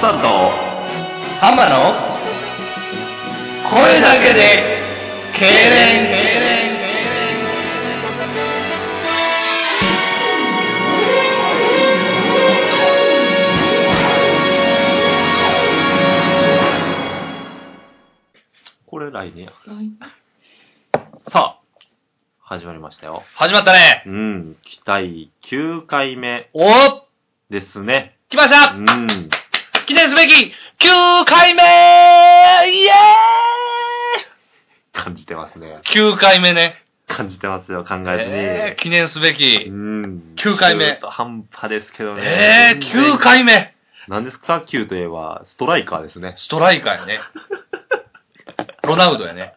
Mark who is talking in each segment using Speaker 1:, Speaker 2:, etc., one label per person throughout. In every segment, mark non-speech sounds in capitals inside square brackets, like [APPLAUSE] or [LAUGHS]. Speaker 1: サルと浜の声だけで痙攣これ来年やさあ始まりましたよ
Speaker 2: 始まったね。
Speaker 1: うん期待9回目
Speaker 2: おー
Speaker 1: ですね
Speaker 2: 来まし
Speaker 1: う
Speaker 2: た
Speaker 1: ん
Speaker 2: 記念すべき9回目イエ
Speaker 1: 感じてますね
Speaker 2: ーイ !9 回目ね。
Speaker 1: 感じてますよ考
Speaker 2: え
Speaker 1: え
Speaker 2: ー記念すべ
Speaker 1: ず
Speaker 2: き
Speaker 1: に、う。ん
Speaker 2: 9回目
Speaker 1: 中途半端ですけどね
Speaker 2: えー、
Speaker 1: 全然
Speaker 2: 9回目
Speaker 1: なんですか、9といえば、ストライカーですね。
Speaker 2: ストライカーやね。ロナウドやね。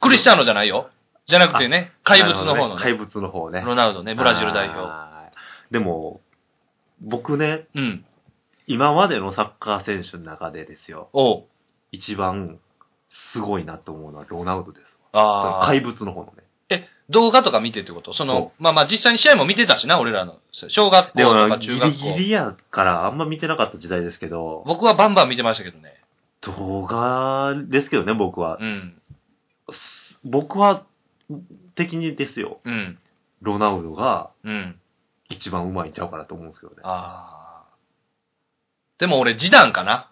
Speaker 2: クリスチャーノじゃないよ。じゃなくてね、怪物の方の
Speaker 1: な
Speaker 2: ね、
Speaker 1: るほどね怪物の方ね。
Speaker 2: ロナウドね、ブラジル代表。
Speaker 1: はい。でも、僕ね、
Speaker 2: うん。
Speaker 1: 今までのサッカー選手の中でですよ、
Speaker 2: おう。
Speaker 1: 一番すごいなと思うのはロナウドです。
Speaker 2: あー
Speaker 1: 怪物の方のね。
Speaker 2: 動画とか見てってことその、まあまあ実際に試合も見てたしな、俺らの。小学校
Speaker 1: で
Speaker 2: と
Speaker 1: も、
Speaker 2: か
Speaker 1: ギ
Speaker 2: 中
Speaker 1: リ
Speaker 2: 学
Speaker 1: ギ
Speaker 2: 校。
Speaker 1: リやからあんま見てなかった時代ですけど、
Speaker 2: 僕はバンバン見てましたけどね。
Speaker 1: 動画ですけどね、僕は。
Speaker 2: うん。
Speaker 1: す僕は、的にですよ、
Speaker 2: うん。
Speaker 1: ロナウドが
Speaker 2: うん。
Speaker 1: 一番うまいんちゃうかなと思うんですけどね。
Speaker 2: ああ。でも俺、ジダンかな。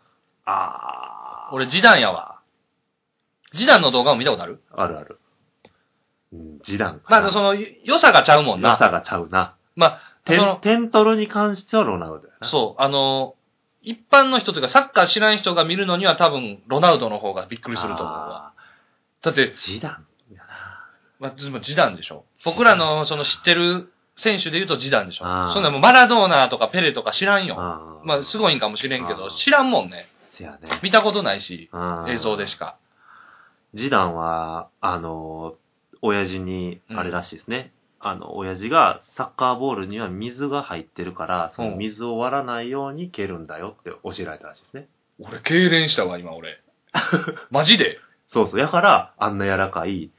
Speaker 1: あー
Speaker 2: 俺、ジダンやわ。ジダンの動画も見たことある
Speaker 1: あるある。うん、示談かな。
Speaker 2: まあ、その、よ良さがちゃうもん
Speaker 1: 良
Speaker 2: な。
Speaker 1: さがちゃうな。
Speaker 2: まあ、そ
Speaker 1: 点
Speaker 2: の、
Speaker 1: 点取るに関してはロナウドやな。
Speaker 2: そう、あの、一般の人というか、サッカー知らん人が見るのには多分、ロナウドの方がびっくりすると思うわ。
Speaker 1: あ
Speaker 2: だって
Speaker 1: ー。、示談やな。
Speaker 2: まあ、でもジダンでしょ。僕らの、その、知ってる選手で言うとジダンでしょ。
Speaker 1: あー
Speaker 2: そんなもうマラドーナとかペレとか知らんよ。
Speaker 1: あー
Speaker 2: まあ、すごいんかもしれんけ
Speaker 1: あ
Speaker 2: ど、
Speaker 1: ー
Speaker 2: 知らんもんね。
Speaker 1: せやね。
Speaker 2: 見たことないし、
Speaker 1: あー
Speaker 2: 映像でし。か。
Speaker 1: 示談は、あの、親父に、あれらしいですね。あの、親父がサッカーボールには水が入ってるから、その水を割らないように蹴るんだよって教えられたらしいですね。
Speaker 2: 俺、痙攣したわ、今、俺。 [LAUGHS] マジで
Speaker 1: そうそう。やから、あんな柔らかい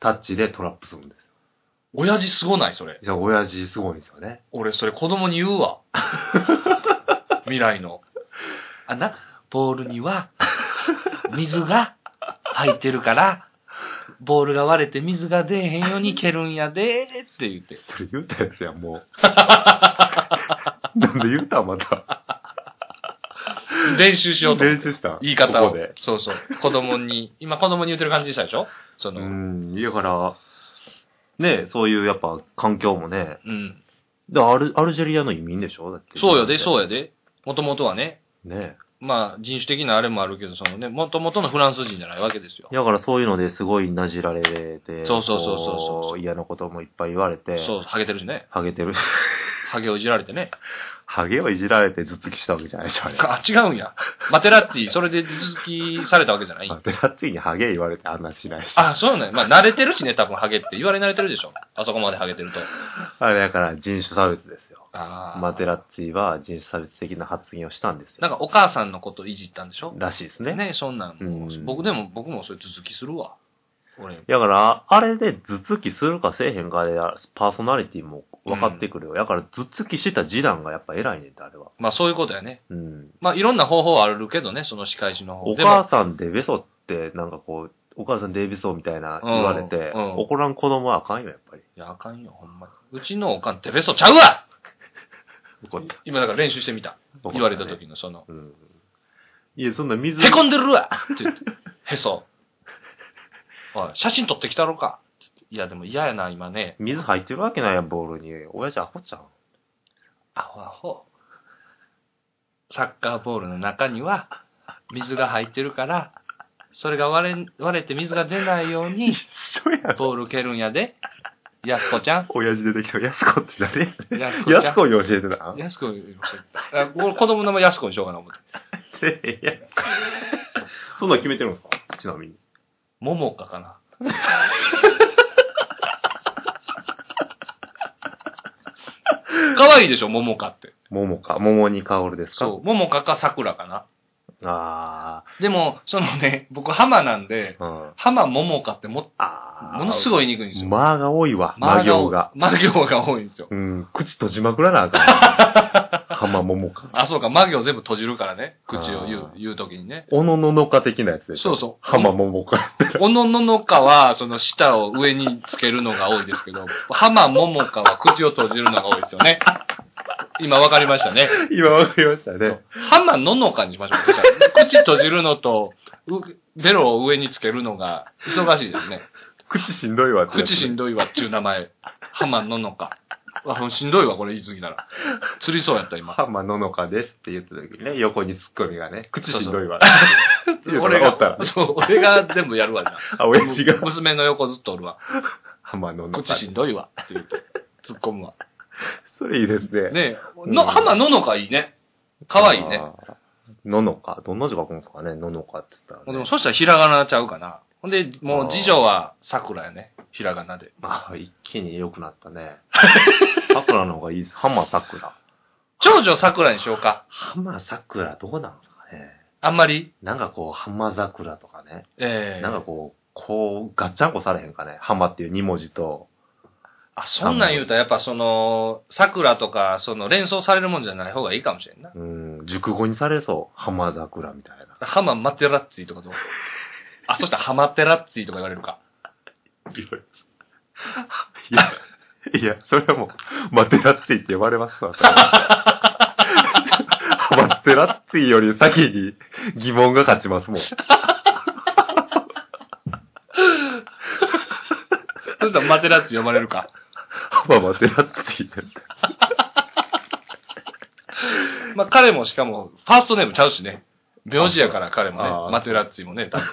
Speaker 1: タッチでトラップするんですよ
Speaker 2: 親父すごない、それ。
Speaker 1: いや。親父すごいんですよね。
Speaker 2: 俺、それ子供に言うわ。
Speaker 1: [LAUGHS]
Speaker 2: 未来の。あ、な、ボールには、水が入ってるから、ボールが割れて水が出えへんように蹴るんやで、って言って。
Speaker 1: それ言うたやつやん、
Speaker 2: [LAUGHS]
Speaker 1: もう。なんで言うたんまた。
Speaker 2: 練習しようと思っ
Speaker 1: 練
Speaker 2: て。
Speaker 1: 習したん
Speaker 2: 言い方
Speaker 1: こ
Speaker 2: を
Speaker 1: こで。。
Speaker 2: そうそう。子供に、 [LAUGHS] 今子供に言ってる感じでしたでしょそうの、うん。
Speaker 1: ん、だから、ねそういうやっぱ環境もね。で、アルアルジェリアの移民でしょだって。
Speaker 2: そうよで、
Speaker 1: う
Speaker 2: そうやで。もともとはね、
Speaker 1: ね
Speaker 2: まあ人種的なあれもあるけど、そのね、もともとのフランス人じゃないわけですよ。
Speaker 1: だからそういうのですごいなじられて、
Speaker 2: そうそうそうそうそう
Speaker 1: こ嫌なこともいっぱい言われて、
Speaker 2: そう、ハゲてるしね。
Speaker 1: ハゲてる。 [LAUGHS]
Speaker 2: ハゲをいじられてね。
Speaker 1: ハゲをいじられて頭突きしたわけじゃないでしょ、あれ。
Speaker 2: あ、違うんや。マテラッティ、それで続きされたわけ
Speaker 1: [LAUGHS]
Speaker 2: じゃない
Speaker 1: ま。あで、ついにハゲ言われてあんなしないし。
Speaker 2: あ、そうね。まあ、慣れてるしね、多分ハゲって。言われ慣れてるでしょ。あそこまでハゲてると。
Speaker 1: あれだから人種差別ですよ。
Speaker 2: あ
Speaker 1: マテラッツィは人種差別的な発言をしたんです
Speaker 2: なん
Speaker 1: よ。
Speaker 2: かお母さんのこといじったんでしょ
Speaker 1: らしいですね。
Speaker 2: ね、そんなんもう
Speaker 1: うん
Speaker 2: 僕でも、僕もそれ続きするわ。俺、
Speaker 1: だから、あれで頭突きするかせえへんかで、パーソナリティも分かってくるよ。だから、頭突きした示談がやっぱ偉いねんって、あれは。
Speaker 2: まあそういうことやね。
Speaker 1: うん。
Speaker 2: まあいろんな方法はあるけどね、その仕返しの方
Speaker 1: お
Speaker 2: 法。でも
Speaker 1: 母さんデベソって、なんかこう、お母さんデベソみたいな言われて、
Speaker 2: うんうん
Speaker 1: 怒らん子供はあかんよ、やっぱり。
Speaker 2: いや、あかんよ、ほんまに。うちのおかん、てべそちゃうわ
Speaker 1: 怒った。
Speaker 2: 今だから練習してみた。
Speaker 1: 怒っ
Speaker 2: 言われた時のその、
Speaker 1: うん。いや、そんな水。
Speaker 2: へこんでるわって言って、へそ。おい、写真撮ってきたろか。いや、でも嫌やな、今ね。
Speaker 1: 水入ってるわけないやん、ボールに。親父アホちゃん。
Speaker 2: アホアホ。サッカーボールの中には水が入ってるから、それが割れん割れて水が出ないように
Speaker 1: そうやん。
Speaker 2: ボール蹴るんやで。やすこちゃ
Speaker 1: 親父出てきた。やすこって誰
Speaker 2: ん。やすこちゃ
Speaker 1: やす
Speaker 2: ん。
Speaker 1: こに教えてたん
Speaker 2: やすこ。あ俺子供の名前やすこにしようかな思って。
Speaker 1: せいや。そんなん決めてるんですかちなみに。
Speaker 2: ももかかな。可愛いでしょ、ももかって。
Speaker 1: 桃か、桃に香るですか
Speaker 2: そう。ももかかさくらかな。
Speaker 1: ああ、
Speaker 2: でも、そのね、僕、浜なんで、
Speaker 1: うん。
Speaker 2: 浜桃かっても、
Speaker 1: あー
Speaker 2: ものすごい言いにくいんですよ。
Speaker 1: 間が多いわ、間行が。。
Speaker 2: 魔行が多いんですよ。
Speaker 1: うん、口閉じまくらなあか
Speaker 2: [LAUGHS]
Speaker 1: ん。浜桃か。
Speaker 2: あ、そうか、魔行全部閉じるからね。口を言う
Speaker 1: あ、ー
Speaker 2: 言うときにね。
Speaker 1: おのののか的なやつでしょ。
Speaker 2: そうそう
Speaker 1: 浜桃か。
Speaker 2: [LAUGHS] おのののかは、その舌を上につけるのが多いですけど、浜桃かは口を閉じるのが多いですよね。今わかりましたね。
Speaker 1: 今わかりましたね。
Speaker 2: 浜ののかにしましょう。だから口閉じるのと、うベロを上につけるのが忙しいですね。
Speaker 1: 口しんどいわってやつね。
Speaker 2: 口しんどいわっちゅう名前。浜ののか。あ、しんどいわ、これ言い過ぎたら。釣りそうやった、今。
Speaker 1: 浜ののかですって言った時にね、横にツッコミがね、口しんどいわ。っていうの
Speaker 2: 俺
Speaker 1: がおったら
Speaker 2: が、そう、俺が全部やるわな。
Speaker 1: あ、親父が
Speaker 2: 娘の横ずっとおるわ。
Speaker 1: 浜ののか。
Speaker 2: 口しんどいわ。って言って、突っ込むわ。
Speaker 1: それいいですね。
Speaker 2: ねえ、
Speaker 1: う
Speaker 2: の、
Speaker 1: ん
Speaker 2: 浜ののかいいね。かわいいね。
Speaker 1: あー。ののか。どんな字書くんですかね、ののかって言った
Speaker 2: で
Speaker 1: ら、ね
Speaker 2: も。そしたらひらがなちゃうかな。ほんで、も
Speaker 1: あ
Speaker 2: う
Speaker 1: ー
Speaker 2: 次女は桜やね。ひらがなで。
Speaker 1: まあ、一気に良くなったね。桜の方がいいです。浜桜。
Speaker 2: 長女桜にしようか。
Speaker 1: 浜桜どうなんですかね。
Speaker 2: あんまり、
Speaker 1: なんかこう、浜桜とかね。
Speaker 2: ええ
Speaker 1: なんかこう、こう、ガッチャンコされへんかね。浜っていう2文字と。
Speaker 2: あ、そんなん言うたらやっぱその、桜とか、その連想されるもんじゃない方がいいかもしれんな。
Speaker 1: うん、熟語にされそう。浜桜みたいな。
Speaker 2: 浜マテラッツィ
Speaker 1: [LAUGHS]
Speaker 2: とかどうあ、そしたら浜テラッツィとか言われるか。
Speaker 1: いや、いや、それはもう、マテラッツィって呼ばれますわ。マテラッツィより先に疑問が勝ちますもん。
Speaker 2: そしたらマテラッツィ呼ばれるか。
Speaker 1: まあ、マテラッツィって。 [LAUGHS]
Speaker 2: まあ彼もしかも、ファーストネームちゃうしね。名字やから彼も
Speaker 1: あー
Speaker 2: ね。マテラッツィもね、多分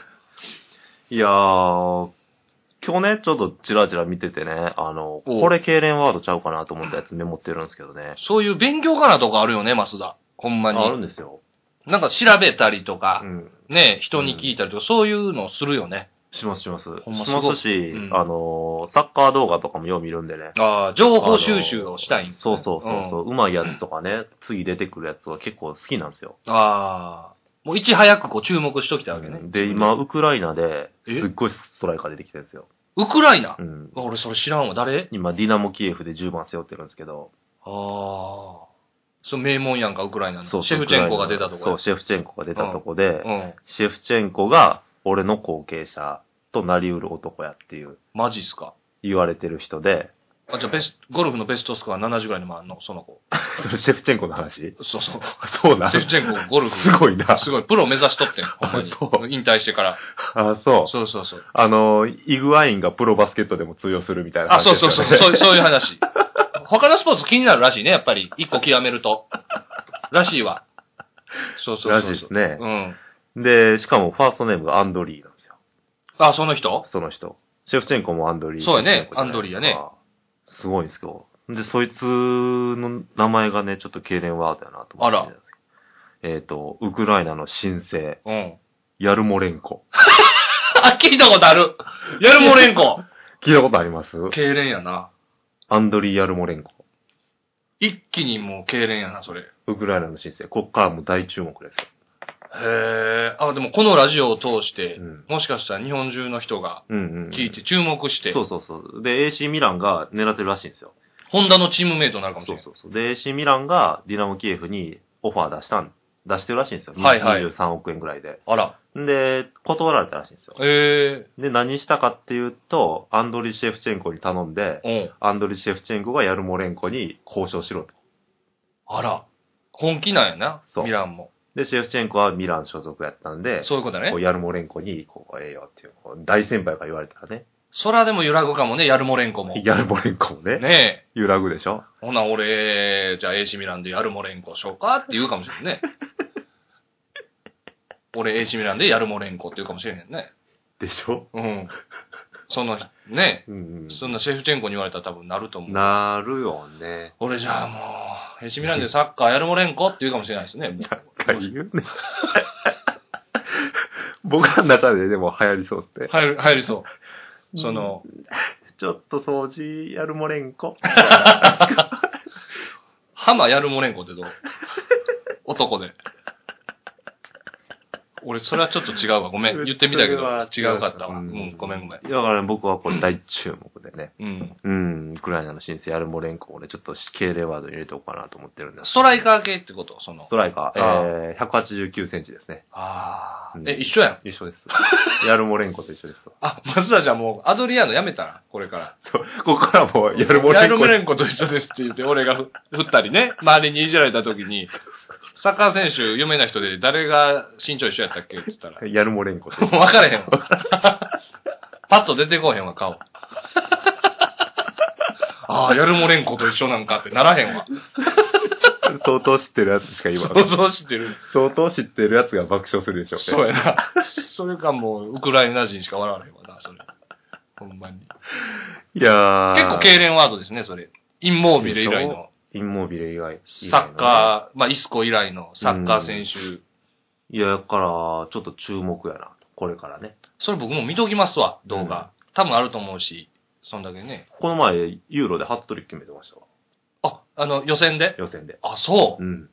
Speaker 1: いやー、今日ね、ちょっとちらちら見ててね、あの、
Speaker 2: おう
Speaker 1: これ痙攣ワードちゃうかなと思ったやつメモってるんですけどね。
Speaker 2: そういう勉強かなとかあるよね、増田。ほんま
Speaker 1: ああるん
Speaker 2: に。
Speaker 1: ですよ。
Speaker 2: なんか調べたりとか
Speaker 1: う、ん。
Speaker 2: ね、人に聞いたりとか、そういうのをするよね。
Speaker 1: しますします。
Speaker 2: んますすごい
Speaker 1: ますし、
Speaker 2: うん
Speaker 1: あの、サッカー動画とかもよう見るんでね。
Speaker 2: ああ、情報収集をしたいんですね、
Speaker 1: そうそうそうそう、うまいやつとかね、次出てくるやつは結構好きなんですよ。
Speaker 2: うんああ。もういち早くこう注目しときたわけね。
Speaker 1: で、今、ウクライナで、す
Speaker 2: え
Speaker 1: っごいストライカー出てきたんですよ。
Speaker 2: ウクライナ、
Speaker 1: うん。
Speaker 2: 俺それ知らんわ、誰
Speaker 1: 今、ディナモキエフで10番背負ってるんですけど、
Speaker 2: ああ。そう、名門やんか、ウクライナの。
Speaker 1: そう
Speaker 2: シェフチェンコが出たとこ
Speaker 1: そう、シェフチェンコが出たとこで、
Speaker 2: うん。
Speaker 1: シェフチェンコが、俺の後継者となりうる男やっていう、
Speaker 2: マジっすか。
Speaker 1: 言われてる人
Speaker 2: [LAUGHS]
Speaker 1: で、
Speaker 2: あ、じゃあベスト、ゴルフのベストスコア70ぐらいにもあんの、その
Speaker 1: [LAUGHS]
Speaker 2: 子。
Speaker 1: シェフチェンコの話
Speaker 2: そうそう。
Speaker 1: そうなん
Speaker 2: シェフチェンコ、ゴルフ。
Speaker 1: すごいな
Speaker 2: すごい。プロ目指しと
Speaker 1: [LAUGHS]
Speaker 2: ってん。ほんまに
Speaker 1: そ。
Speaker 2: 引退してから。
Speaker 1: あ、そう。
Speaker 2: そうそうそう。
Speaker 1: あの、イグアインがプロバスケットでも通用するみたいな
Speaker 2: あ、
Speaker 1: 話
Speaker 2: そ
Speaker 1: で
Speaker 2: う
Speaker 1: す
Speaker 2: そ
Speaker 1: よ
Speaker 2: う
Speaker 1: ね、
Speaker 2: そう。そうそういう話。他のスポーツ気になるらしいね、やっぱり。一個極めると。らしいわ。そうそうそう
Speaker 1: ら
Speaker 2: そ
Speaker 1: し
Speaker 2: う。
Speaker 1: いですね
Speaker 2: う。ん。
Speaker 1: で、しかもファーストネームがアンドリーなんですよ。
Speaker 2: あ、その人
Speaker 1: その人。シェフチェンコもアンドリー。
Speaker 2: そうやね
Speaker 1: シェフチェコじゃない
Speaker 2: アンドリーやね。
Speaker 1: すごいんですよ。で、そいつの名前がね、ちょっと痙攣ワードやなと思って。
Speaker 2: あら。
Speaker 1: えっ、と、ウクライナの新星、
Speaker 2: うん。 [LAUGHS]
Speaker 1: ヤルモレンコ。
Speaker 2: あ、聞いたことある。やるもれんこ。
Speaker 1: [LAUGHS] 聞いたことあります
Speaker 2: 痙攣やな。
Speaker 1: アンドリー・ヤルモレンコ。
Speaker 2: 一気にもう痙攣やな、それ。へ
Speaker 1: ウクライナの新星。こっからもう大注目です
Speaker 2: え。あ、でもこのラジオを通し
Speaker 1: よ。
Speaker 2: て
Speaker 1: う、ん。
Speaker 2: もしかしたら日本中の人が
Speaker 1: うんうん。
Speaker 2: 聞いて注目して、
Speaker 1: そうそうそう。で、AC ミランが狙ってるらしいんですよ。
Speaker 2: ホンダのチームメイトになるかもし
Speaker 1: そ
Speaker 2: れ
Speaker 1: う
Speaker 2: ない。
Speaker 1: そうそう。で、AC ミランがディナモキエフにオファー出したん、出してるらしいんですよ。
Speaker 2: はいはい
Speaker 1: 23億円ぐらいで。
Speaker 2: あら。
Speaker 1: で、断られたらしいんですよ。
Speaker 2: へえ。
Speaker 1: で、何したかっていうと、アンドリー・シェフチェンコに頼んで、
Speaker 2: うん。
Speaker 1: アンドリー・シェフチェンコがヤルモレンコに交渉しろと。
Speaker 2: あら。本気なんやな
Speaker 1: そ。う
Speaker 2: ミランも。
Speaker 1: で、シェフチェンコはミラン所属やったんで、
Speaker 2: そういうことね
Speaker 1: こう。ヤルモレンコに、こう、ええよっていう、こう大先輩から言われたらね、
Speaker 2: そらでも揺らぐかもね、ヤルモレンコも。ね
Speaker 1: ヤルモレンコもね、
Speaker 2: え。
Speaker 1: 揺らぐでしょ
Speaker 2: ほな、俺、じゃあ AC ミランでヤルモレンコしようかって言うかもしれん [LAUGHS] ね。俺 AC ミランでヤルモレンコって言うかもしれへんね。
Speaker 1: でしょ
Speaker 2: うん。その、ね
Speaker 1: うん
Speaker 2: え。そんなシェフチェンコに言われたら多分なると思う。
Speaker 1: なるよね。
Speaker 2: 俺じゃあもう、AC ミランでサッカーヤルモレンコって言うかもしれないですね。もう
Speaker 1: か言うね。 [LAUGHS] 僕らの中ででも流行りそうですね。
Speaker 2: 入る、入りそう。その、
Speaker 1: ちょっと掃除やるもれんこ。
Speaker 2: 浜やるもれんこってどう男で。俺、それはちょっと違うわ。ご
Speaker 1: [LAUGHS]
Speaker 2: めん。言ってみたけど、違うかったわ。うん、ごめんごめん。
Speaker 1: だから僕はこれ大注目でね。
Speaker 2: うん。
Speaker 1: うん、ウクライナの新生アルモレンコをね、ちょっと敬礼ワードに入れておこうかなと思ってるんです。
Speaker 2: ストライカー系ってことその。
Speaker 1: ストライカー、
Speaker 2: あ
Speaker 1: えー、189センチですね。
Speaker 2: ああ
Speaker 1: う。ん
Speaker 2: え、一緒やん。
Speaker 1: 一緒です。
Speaker 2: [LAUGHS]
Speaker 1: ヤルモレンコと一緒です。
Speaker 2: あ、松田じゃもう、アドリアーノやめたら、これから。
Speaker 1: ここからもう、ヤルモ
Speaker 2: ヤ
Speaker 1: レン
Speaker 2: ル
Speaker 1: コ
Speaker 2: モ
Speaker 1: に。
Speaker 2: レンコと一緒ですって言って、俺がふ振ったりね、周りにいじられた時に、サッカー選手、有名な人で、誰が身長一緒やったっけって言ったら、
Speaker 1: ヤルモレンコと
Speaker 2: もう分からへん [LAUGHS] わ。 [LAUGHS] パッと出てこうへんわ、 [LAUGHS] 顔。ああ、ヤルモレンコと一緒なんかってならへんわ。
Speaker 1: 相当知ってるやつしか言わな
Speaker 2: 想
Speaker 1: い。
Speaker 2: 像してる。
Speaker 1: 相当知ってるやつが爆笑するでしょ
Speaker 2: そう
Speaker 1: ね。
Speaker 2: やな。 [LAUGHS] それかもう、ウクライナ人しか笑われへんわな、それ。ほんまに。
Speaker 1: いやー
Speaker 2: 結構、痙攣ワードですね、それ。インモービル以来の、
Speaker 1: インモービル以外。
Speaker 2: サッカー、まあ、イスコ以来のサッカー選手。
Speaker 1: ー。いや、だから、ちょっと注目やな。これからね。
Speaker 2: それ僕も見ときますわ、動画。多分あると思うし、そんだけね。
Speaker 1: この前、ユーロでハットリック決めてましたわ。
Speaker 2: あ、あの、予選で
Speaker 1: 予選で。
Speaker 2: あ、そうう。
Speaker 1: ん。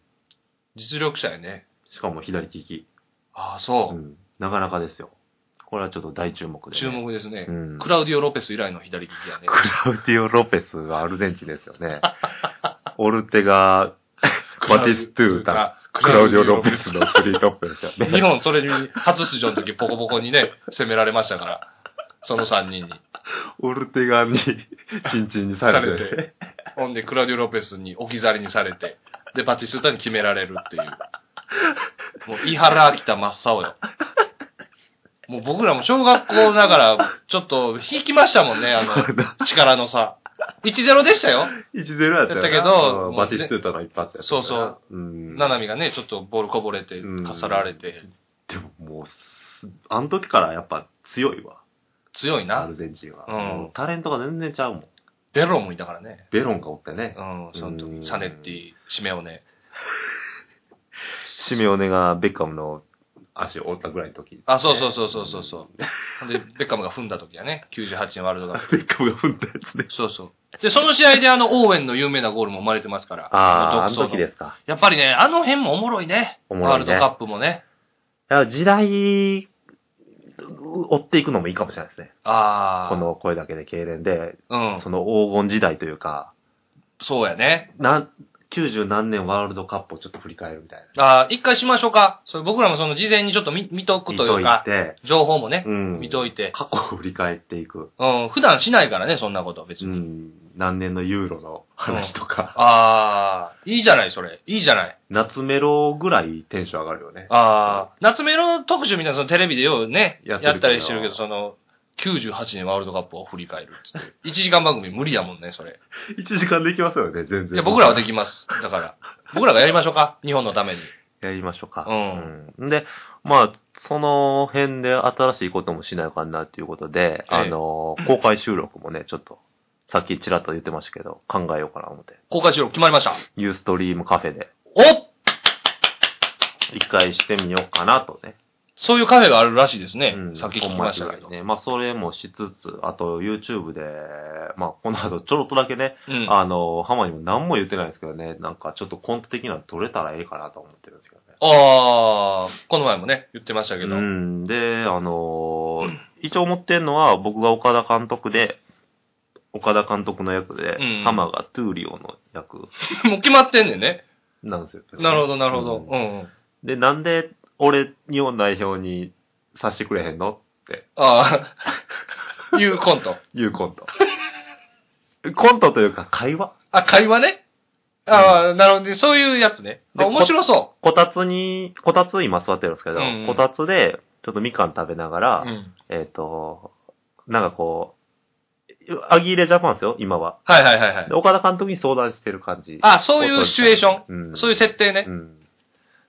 Speaker 2: 実力者やね。
Speaker 1: しかも左利き。
Speaker 2: あ、そうう。
Speaker 1: ん。なかなかですよ。これはちょっと大注目で、ね。
Speaker 2: 注。目ですね
Speaker 1: う。ん。
Speaker 2: クラウディオ・ロペス以来の左利きやね。
Speaker 1: クラウディオ・ロペスがアルゼンチンですよね。オルテが、バティストゥータ、クラウディオ・ロペスのフリートップですよね。
Speaker 2: 日本それに初出場の時ボコボコ
Speaker 1: [LAUGHS]
Speaker 2: にね、攻められましたから。その3人に。
Speaker 1: オルテガに、チンチンにさ
Speaker 2: さ
Speaker 1: れ
Speaker 2: れ
Speaker 1: て。
Speaker 2: て。ほんで、クラウディオ・ロペスに置き去りにされて。で、バティストゥータに決められるっていう。もう、伊原明田真っ青よ。もう僕らも小学校ながら、ちょっと引きましたもんね、あの、力の差。1-0でしたよ。
Speaker 1: 1-0やったよな
Speaker 2: やったけど
Speaker 1: うんバティストゥータの一発やったから
Speaker 2: そうそう。
Speaker 1: うん。
Speaker 2: ナナミがね、ちょっとボールこぼれて、
Speaker 1: うん
Speaker 2: かさられて、
Speaker 1: でももうす、あの時からやっぱ強いわ。
Speaker 2: 強い
Speaker 1: ア
Speaker 2: な
Speaker 1: ル。ゼンチンは。
Speaker 2: うん
Speaker 1: もタレントが全然ちゃうもん。
Speaker 2: ベロもいたからね。
Speaker 1: ベロンがおってね
Speaker 2: う。ん、その
Speaker 1: うん
Speaker 2: 時、サネッティ、シメオネ。
Speaker 1: シメオネがベッカムの足を折ったぐらいの時、
Speaker 2: あ、そうそうそうそうそうそう。で、ベッカムが踏んだ時やね。98年ワール
Speaker 1: [LAUGHS]
Speaker 2: ドカップ。
Speaker 1: ベッカムが踏んだやつね。
Speaker 2: そうそう。で、その試合であの、オーウェンの有名なゴールも生まれてますから。
Speaker 1: ああ、あ
Speaker 2: 独
Speaker 1: の
Speaker 2: 走
Speaker 1: 時ですか。
Speaker 2: やっぱりね、あの辺もおもろいね。
Speaker 1: おもろいね
Speaker 2: ワールドカップもね。
Speaker 1: だから時代、追っていくのもいいかもしれないですね。
Speaker 2: ああ。
Speaker 1: この声だけで痙攣で、
Speaker 2: うん。
Speaker 1: その黄金時代というか、
Speaker 2: そうやね。
Speaker 1: なん、90何年ワールドカップをちょっと振り返るみたいな。
Speaker 2: ああ、一回しましょうか。それ僕らもその事前にちょっと見、見とく
Speaker 1: 見
Speaker 2: と
Speaker 1: と
Speaker 2: い
Speaker 1: いう
Speaker 2: か、
Speaker 1: て、
Speaker 2: 情報もね
Speaker 1: う、ん。
Speaker 2: 見といて。
Speaker 1: 過去を振り返っていく。
Speaker 2: うん、普段しないからね、そんなこと、別
Speaker 1: う
Speaker 2: に。
Speaker 1: ん。何年のユーロの話とか、
Speaker 2: ああ、いいじゃない、それ。いいじゃない。
Speaker 1: 夏メロぐらいテンション上がるよね。
Speaker 2: ああ、夏メロ特集みたいなそのテレビでようね、
Speaker 1: や
Speaker 2: や
Speaker 1: ってるけど
Speaker 2: ったりしてるけど、その、98年ワールドカップを振り返るっつって。1時 [LAUGHS] 間番組無理やもんね、それ。
Speaker 1: 1時間できますよね、全然。
Speaker 2: いや、僕らはできます。だから。僕らがやりましょうか。日 [LAUGHS] 本のために。
Speaker 1: やりましょうか。
Speaker 2: うん
Speaker 1: うん。で、まあ、その辺で新しいこともしないかなっていうことで、
Speaker 2: ええ
Speaker 1: あの、公開収録もね、ちょっと、さっきちらっと言ってましたけど、考えようかな思って。
Speaker 2: 公開収録決まりました。
Speaker 1: ユーストリームカフェで、
Speaker 2: お
Speaker 1: 一回してみようかなとね。
Speaker 2: そういうカフェがあるらしいですね。
Speaker 1: うん
Speaker 2: さっき聞きましたけ
Speaker 1: 本
Speaker 2: ど。
Speaker 1: 町ぐらいね。まあ、それもしつつ、あと、YouTube で、まあ、この後、ちょろっとだけね、
Speaker 2: うん。あ
Speaker 1: あの、ハマにも何も言ってないですけどね、なんか、ちょっとコント的なの撮れたらええかなと思ってるんですけどね。
Speaker 2: あー、この前もね、言ってましたけど。
Speaker 1: うん。で、あのー一応思ってんのは、僕が岡田監督で、岡田監督の役で、
Speaker 2: うん
Speaker 1: ハマがトゥーリオの役
Speaker 2: もう決まってんねんね。
Speaker 1: なんですよ、
Speaker 2: なるほど、なるほど。う
Speaker 1: うん
Speaker 2: ん。うん、
Speaker 1: で、なんで、俺、日本代表にさしてくれへんの
Speaker 2: あ [LAUGHS] あ、いうコント。
Speaker 1: いうコ
Speaker 2: [LAUGHS]
Speaker 1: ント。コントというか、会話。
Speaker 2: あ、会話ね。ああ、なるほどね。そういうやつね。あ
Speaker 1: で
Speaker 2: 面白そ
Speaker 1: こたつに、こたつ今座ってるんですけど、
Speaker 2: うん
Speaker 1: こたつで、ちょっとみかん食べながら
Speaker 2: う。、うん。
Speaker 1: えっ、と、なんかこう、アギーレジャパンですよ、今は。
Speaker 2: はいはいはいはい
Speaker 1: で。岡田監督に相談してる感じ。
Speaker 2: あそういうシチュエーション。
Speaker 1: ン
Speaker 2: そういう設定ね。
Speaker 1: うん。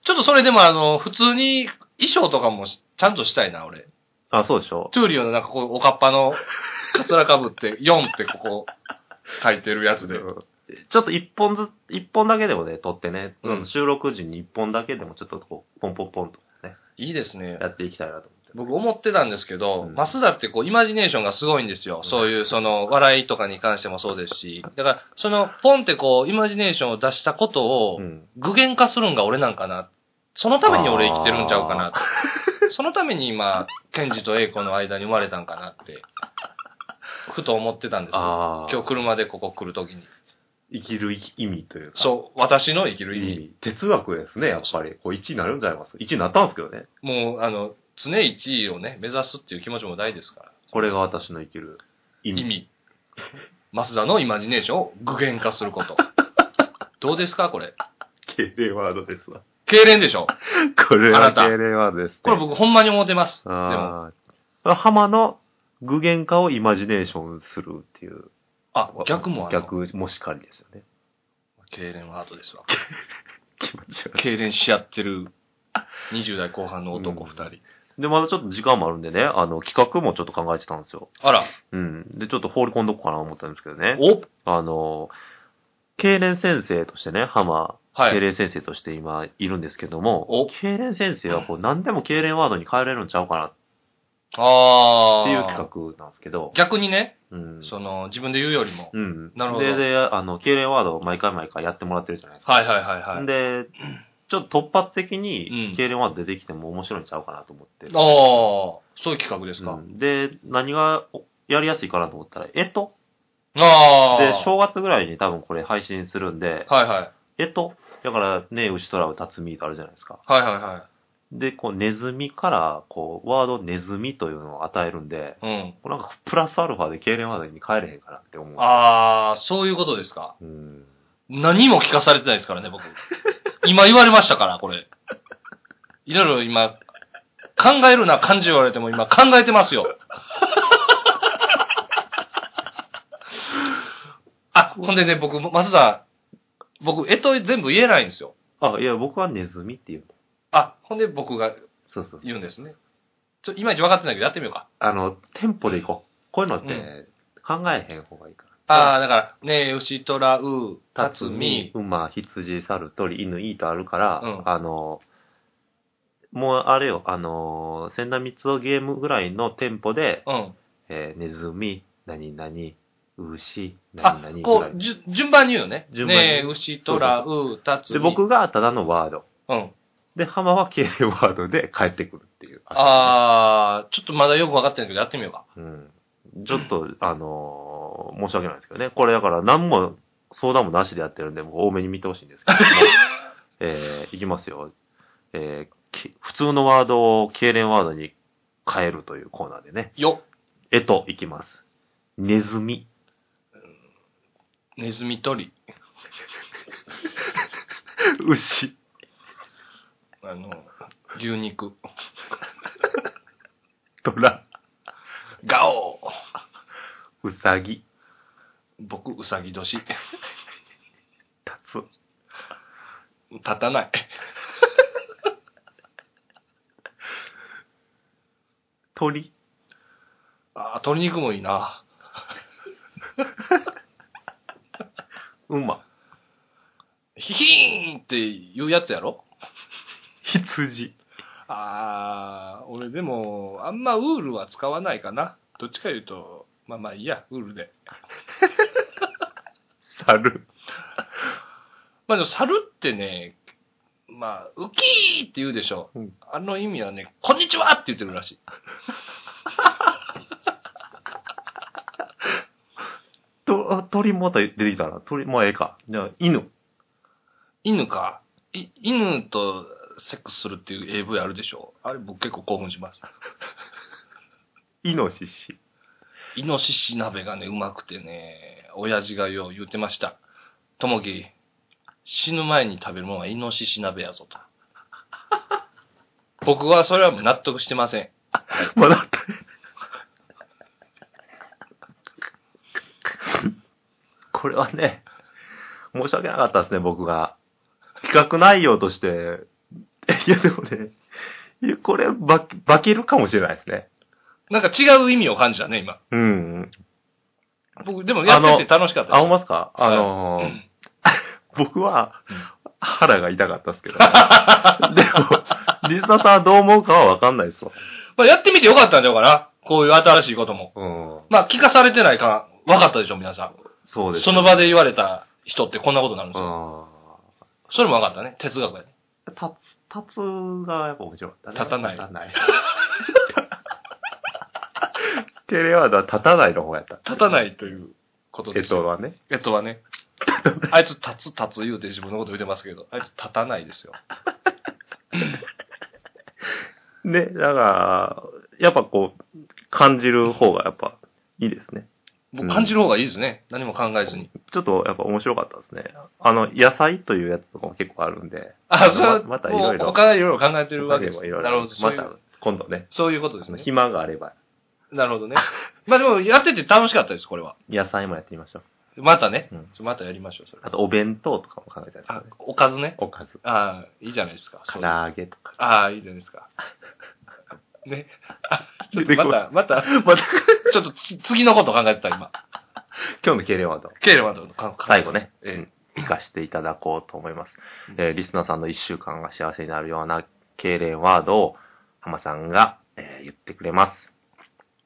Speaker 2: ちょっとそれでもあの、普通に衣装とかもしちゃんとしたいな、俺。
Speaker 1: あ、そうでしょ
Speaker 2: トゥーリオのなんかこう、おかっ
Speaker 1: [LAUGHS]
Speaker 2: ぱの、カツラかぶって、4ってここ、書いてるやつで。
Speaker 1: うんちょっと一本ずつ、一本だけでもね、撮ってね、
Speaker 2: うん
Speaker 1: 収録時に一本だけでもちょっとこう、ポンポンポンとね、
Speaker 2: いいですね。
Speaker 1: やっていきたいなと思って。
Speaker 2: 僕思ってたんですけど、
Speaker 1: うん
Speaker 2: マスダってこう、イマジネーションがすごいんですよ。
Speaker 1: うん
Speaker 2: そういう、その、笑いとかに関してもそうですし。だから、その、ポンってこう、イマジネーションを出したことを
Speaker 1: う、ん。
Speaker 2: 具現化するんが俺なんかな。そのために俺生きてるんちゃうかな。 [LAUGHS] そのために今、ケンジとエイコの間に生まれたんかなって、ふと思ってたんですよ。
Speaker 1: ああ。
Speaker 2: 今日車でここ来るときに。
Speaker 1: 生きる意味というか。
Speaker 2: そう、私の生きる
Speaker 1: 意
Speaker 2: 意味。
Speaker 1: 味。哲学ですね、やっぱり。こう1位になるんちゃいます ?1 位になったんですけどね。
Speaker 2: もう、あの、常1位をね、目指すっていう気持ちも大ですから。
Speaker 1: これが私の生きる意味。
Speaker 2: 意味。マスダのイマジネーションを具現化す
Speaker 1: [LAUGHS]
Speaker 2: ること。どうですかこれ。
Speaker 1: 敬礼ワードですわ。 [LAUGHS]
Speaker 2: 痙攣でしょ
Speaker 1: これ
Speaker 2: あ
Speaker 1: は
Speaker 2: なた
Speaker 1: 敬礼ワードですね。
Speaker 2: これ僕ほんまに思ってます。でも、
Speaker 1: ああ。浜の具現化をイマジネーションするっていう。
Speaker 2: あ、逆もある。
Speaker 1: 逆もしかりですよね。
Speaker 2: 痙攣は後ですわ。
Speaker 1: 気持ち悪い。
Speaker 2: 痙攣し合ってる20代後半の男2人。
Speaker 1: うで、まだちょっと時間もあるんでね、あの、企画もちょっと考えてたんですよ。
Speaker 2: あら、
Speaker 1: うん。で、ちょっと放り込んどこうかなと思ったんですけどね。
Speaker 2: お
Speaker 1: あの、経連先生としてね、浜、
Speaker 2: は
Speaker 1: 経
Speaker 2: い。
Speaker 1: 連先生として今いるんですけども
Speaker 2: お、
Speaker 1: 経連先生はこう何でも経連ワードに変えれるんちゃうかなっ
Speaker 2: ああ。
Speaker 1: ていう企画なんですけど、
Speaker 2: 逆にね、
Speaker 1: うん。
Speaker 2: その、自分で言うよりも。
Speaker 1: うん。
Speaker 2: なるほど
Speaker 1: で、で、あの、経連ワードを毎回毎回やってもらってるじゃないですか。
Speaker 2: はいはいはいはい。
Speaker 1: で、ちょっと突発的
Speaker 2: う
Speaker 1: に
Speaker 2: ん、
Speaker 1: 経連ワード出てきても面白いんちゃうかなと思って。
Speaker 2: ああ、そういう企画ですか。
Speaker 1: うんで、何がおやりやすいかなと思ったら、えっと
Speaker 2: ああ。
Speaker 1: で、正月ぐらいに多分これ配信するんで、
Speaker 2: はいはい。
Speaker 1: えっとだから、ね、牛とらう辰巳ってあるじゃないですか。
Speaker 2: はいはいは
Speaker 1: で、こう、ネズミから、こう、ワードネズミというのを与えるんで、
Speaker 2: い。うん。
Speaker 1: こうなんか、プラスアルファで経連ワードに変えれへんかなって思う。
Speaker 2: ああ、そういうことですか。
Speaker 1: うん。
Speaker 2: 何も聞かされてないですからね、僕。今言われましたから、これ。いろいろ今、考えるな、漢字言われても今考えてますよ。あ、ほんでね、僕、松田、僕、えと全部言えないんですよ。
Speaker 1: あ、いや、僕はネズミっていう。
Speaker 2: あ、ほんで僕が
Speaker 1: そうそう。
Speaker 2: 言うんですね。ちょ、いまいち分かってないけどやってみようか。
Speaker 1: あの、テンポでいこう。こういうのっ
Speaker 2: う
Speaker 1: て、考えへん方がいいから。
Speaker 2: あ
Speaker 1: あ、
Speaker 2: あ、だから、ねえ、牛、虎、う、たつみ、
Speaker 1: 馬、羊、猿、鳥、犬、いいとあるから、
Speaker 2: うん
Speaker 1: あの、もうあれよ、あの、千田光夫ゲームぐらいのテンポで、
Speaker 2: うん。
Speaker 1: えーネズミ、何々、牛、
Speaker 2: あ
Speaker 1: 何々、ぐ
Speaker 2: こ、。
Speaker 1: らいう
Speaker 2: じゅ順番に言うのね。
Speaker 1: 順番に
Speaker 2: ねえ、牛、虎、う、たつみ。
Speaker 1: で、僕がただのワード。
Speaker 2: うん。
Speaker 1: で、浜は経営ワードで帰ってくるっていう。
Speaker 2: ああ、ちょっとまだよく分かってないけど、やってみようか。
Speaker 1: うん。ちょっと、あのー申し訳ないですけどね。これだから何も相談もなしでやってるんで、もう多めに見てほしいんですけ [LAUGHS] ども。えーいきますよ。えーき普通のワードを経連ワードに変えるというコーナーでね。
Speaker 2: よ。
Speaker 1: えと、いきます。ネズミ。
Speaker 2: ネズミ取り。
Speaker 1: 牛。
Speaker 2: あの、牛肉。
Speaker 1: トラ。
Speaker 2: ガオ
Speaker 1: ウサギ。
Speaker 2: 僕、うさぎ年。
Speaker 1: タツ。
Speaker 2: 立たない。
Speaker 1: 鳥。
Speaker 2: ああ、鶏肉もいいな。
Speaker 1: 馬。
Speaker 2: ヒヒーンっていうやつやろ
Speaker 1: 羊。
Speaker 2: ああ、俺でも、あんまウールは使わないかな。どっちか言うと、まあまあいいや、ウールで。
Speaker 1: 猿。
Speaker 2: まあでも、猿ってね、まあ、ウキーって言うでしょ。
Speaker 1: うん
Speaker 2: あの意味はね、こんにちはって言ってるらしい。
Speaker 1: と、あ鳥もまた出てきたな。鳥、もうええか。じゃあ、犬。
Speaker 2: 犬か。い犬とセックスするっていう AV あるでしょ。あれ僕結構興奮します。
Speaker 1: イノシシ。
Speaker 2: イノシシ鍋がね、うまくてね、親父がよう言ってました。ともぎ、死ぬ前に食べるものはイノシシ鍋やぞと。 [LAUGHS] 僕はそれはもう納得してません。
Speaker 1: まだあった。 [LAUGHS] これはね、申し訳なかったですね、僕が。企画内容として、いやでもね、いやこれば、化けるかもしれないですね。
Speaker 2: なんか違う意味を感じたね、今。
Speaker 1: うん。
Speaker 2: 僕、でもやってて楽しかった
Speaker 1: あ、思い
Speaker 2: よ。
Speaker 1: ますかあのー
Speaker 2: はいうん
Speaker 1: 僕は
Speaker 2: うん、
Speaker 1: 腹が痛かったですけど。 [LAUGHS] でも、リスナーさんはどう思うかはわかんないですわ。
Speaker 2: まあ、やってみてよかったんちゃうかな。こういう新しいことも。
Speaker 1: うん。
Speaker 2: まあ、聞かされてないか、わかったでしょ、皆さん。
Speaker 1: そうです、
Speaker 2: その場で言
Speaker 1: わ
Speaker 2: われた人ってこんなことになるんですよ。
Speaker 1: うん。
Speaker 2: それも分かったね。哲学やね。
Speaker 1: たつ、発がやっぱ面白かったね。
Speaker 2: 立たない
Speaker 1: 立たない。 [LAUGHS] テレワードは立たないの方やった。。
Speaker 2: 立たないいということ
Speaker 1: え
Speaker 2: で
Speaker 1: っ
Speaker 2: すよ。
Speaker 1: とはね。
Speaker 2: えっと
Speaker 1: [LAUGHS]
Speaker 2: はね。あいつ立つ立つ言うて自分のこと言うてますけど、あいつ立たないですよ。
Speaker 1: で、だから、やっぱこう、感じる方がやっぱいいですね。
Speaker 2: もう感じる方がいいですね。何も考えずに。
Speaker 1: ちょっとやっぱ面白かったですね。あの、野菜というやつとかも結構あるんで。
Speaker 2: あ、それは、
Speaker 1: ままたいろいろ
Speaker 2: もう他いろいろ考えてるわけです。
Speaker 1: 他にもいろいろ
Speaker 2: なるほど。そ
Speaker 1: ま
Speaker 2: ういう
Speaker 1: た、今度ね、
Speaker 2: そういうことで
Speaker 1: そ
Speaker 2: す
Speaker 1: の
Speaker 2: ね。
Speaker 1: 暇があれば、
Speaker 2: なるほどね。まあでも、やってて楽しかったです、これは。
Speaker 1: 野菜もやってみましょう。
Speaker 2: またね。
Speaker 1: うん
Speaker 2: またやりましょう、それ。
Speaker 1: あと、お弁当とかも考えたりとか
Speaker 2: あ
Speaker 1: ね、
Speaker 2: おかずね。
Speaker 1: おかず、
Speaker 2: ああ、いいじゃないですか。
Speaker 1: 唐揚げとか。 [LAUGHS]
Speaker 2: ああ、いいじゃないですか。ね。 [LAUGHS] あ、ちょっと
Speaker 1: 出てこ
Speaker 2: また、また、
Speaker 1: また、
Speaker 2: ちょっとつ次のこと考えてた、今。
Speaker 1: 今日のケレワード、
Speaker 2: ケールマンのこと考えてた
Speaker 1: 最後ね、
Speaker 2: ええ
Speaker 1: 活かしていただこうと思います。
Speaker 2: うん
Speaker 1: えーリスナーさんの一週間が幸せになるような敬礼ワードを、浜さんが、えー言ってくれます。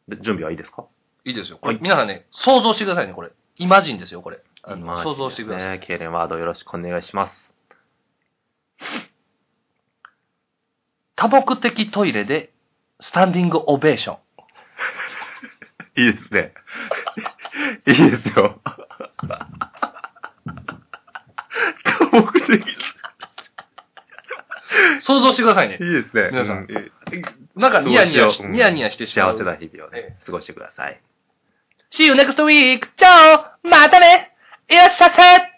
Speaker 1: で準備はいいですか
Speaker 2: いいですよ。これ、
Speaker 1: はい
Speaker 2: 皆さんね、想像してくださいね、これ。イマジンですよ、これ。あの
Speaker 1: まあ
Speaker 2: 想像してください。
Speaker 1: ね、敬礼ワードよろしくお願いします。
Speaker 2: 多目的トイレで、スタンディングオベーション。
Speaker 1: いいですね。 [LAUGHS] いいですよ。 [LAUGHS] 僕的い
Speaker 2: 想像してくださいね。
Speaker 1: いですね。
Speaker 2: 皆さん
Speaker 1: うえ
Speaker 2: なんかニヤニヤし、
Speaker 1: 過ごよううん
Speaker 2: ニヤニヤしてしまう。
Speaker 1: 幸せな日々を
Speaker 2: え
Speaker 1: ね、過ごしてください。
Speaker 2: See you next week! チャオまたねいらっしゃいませ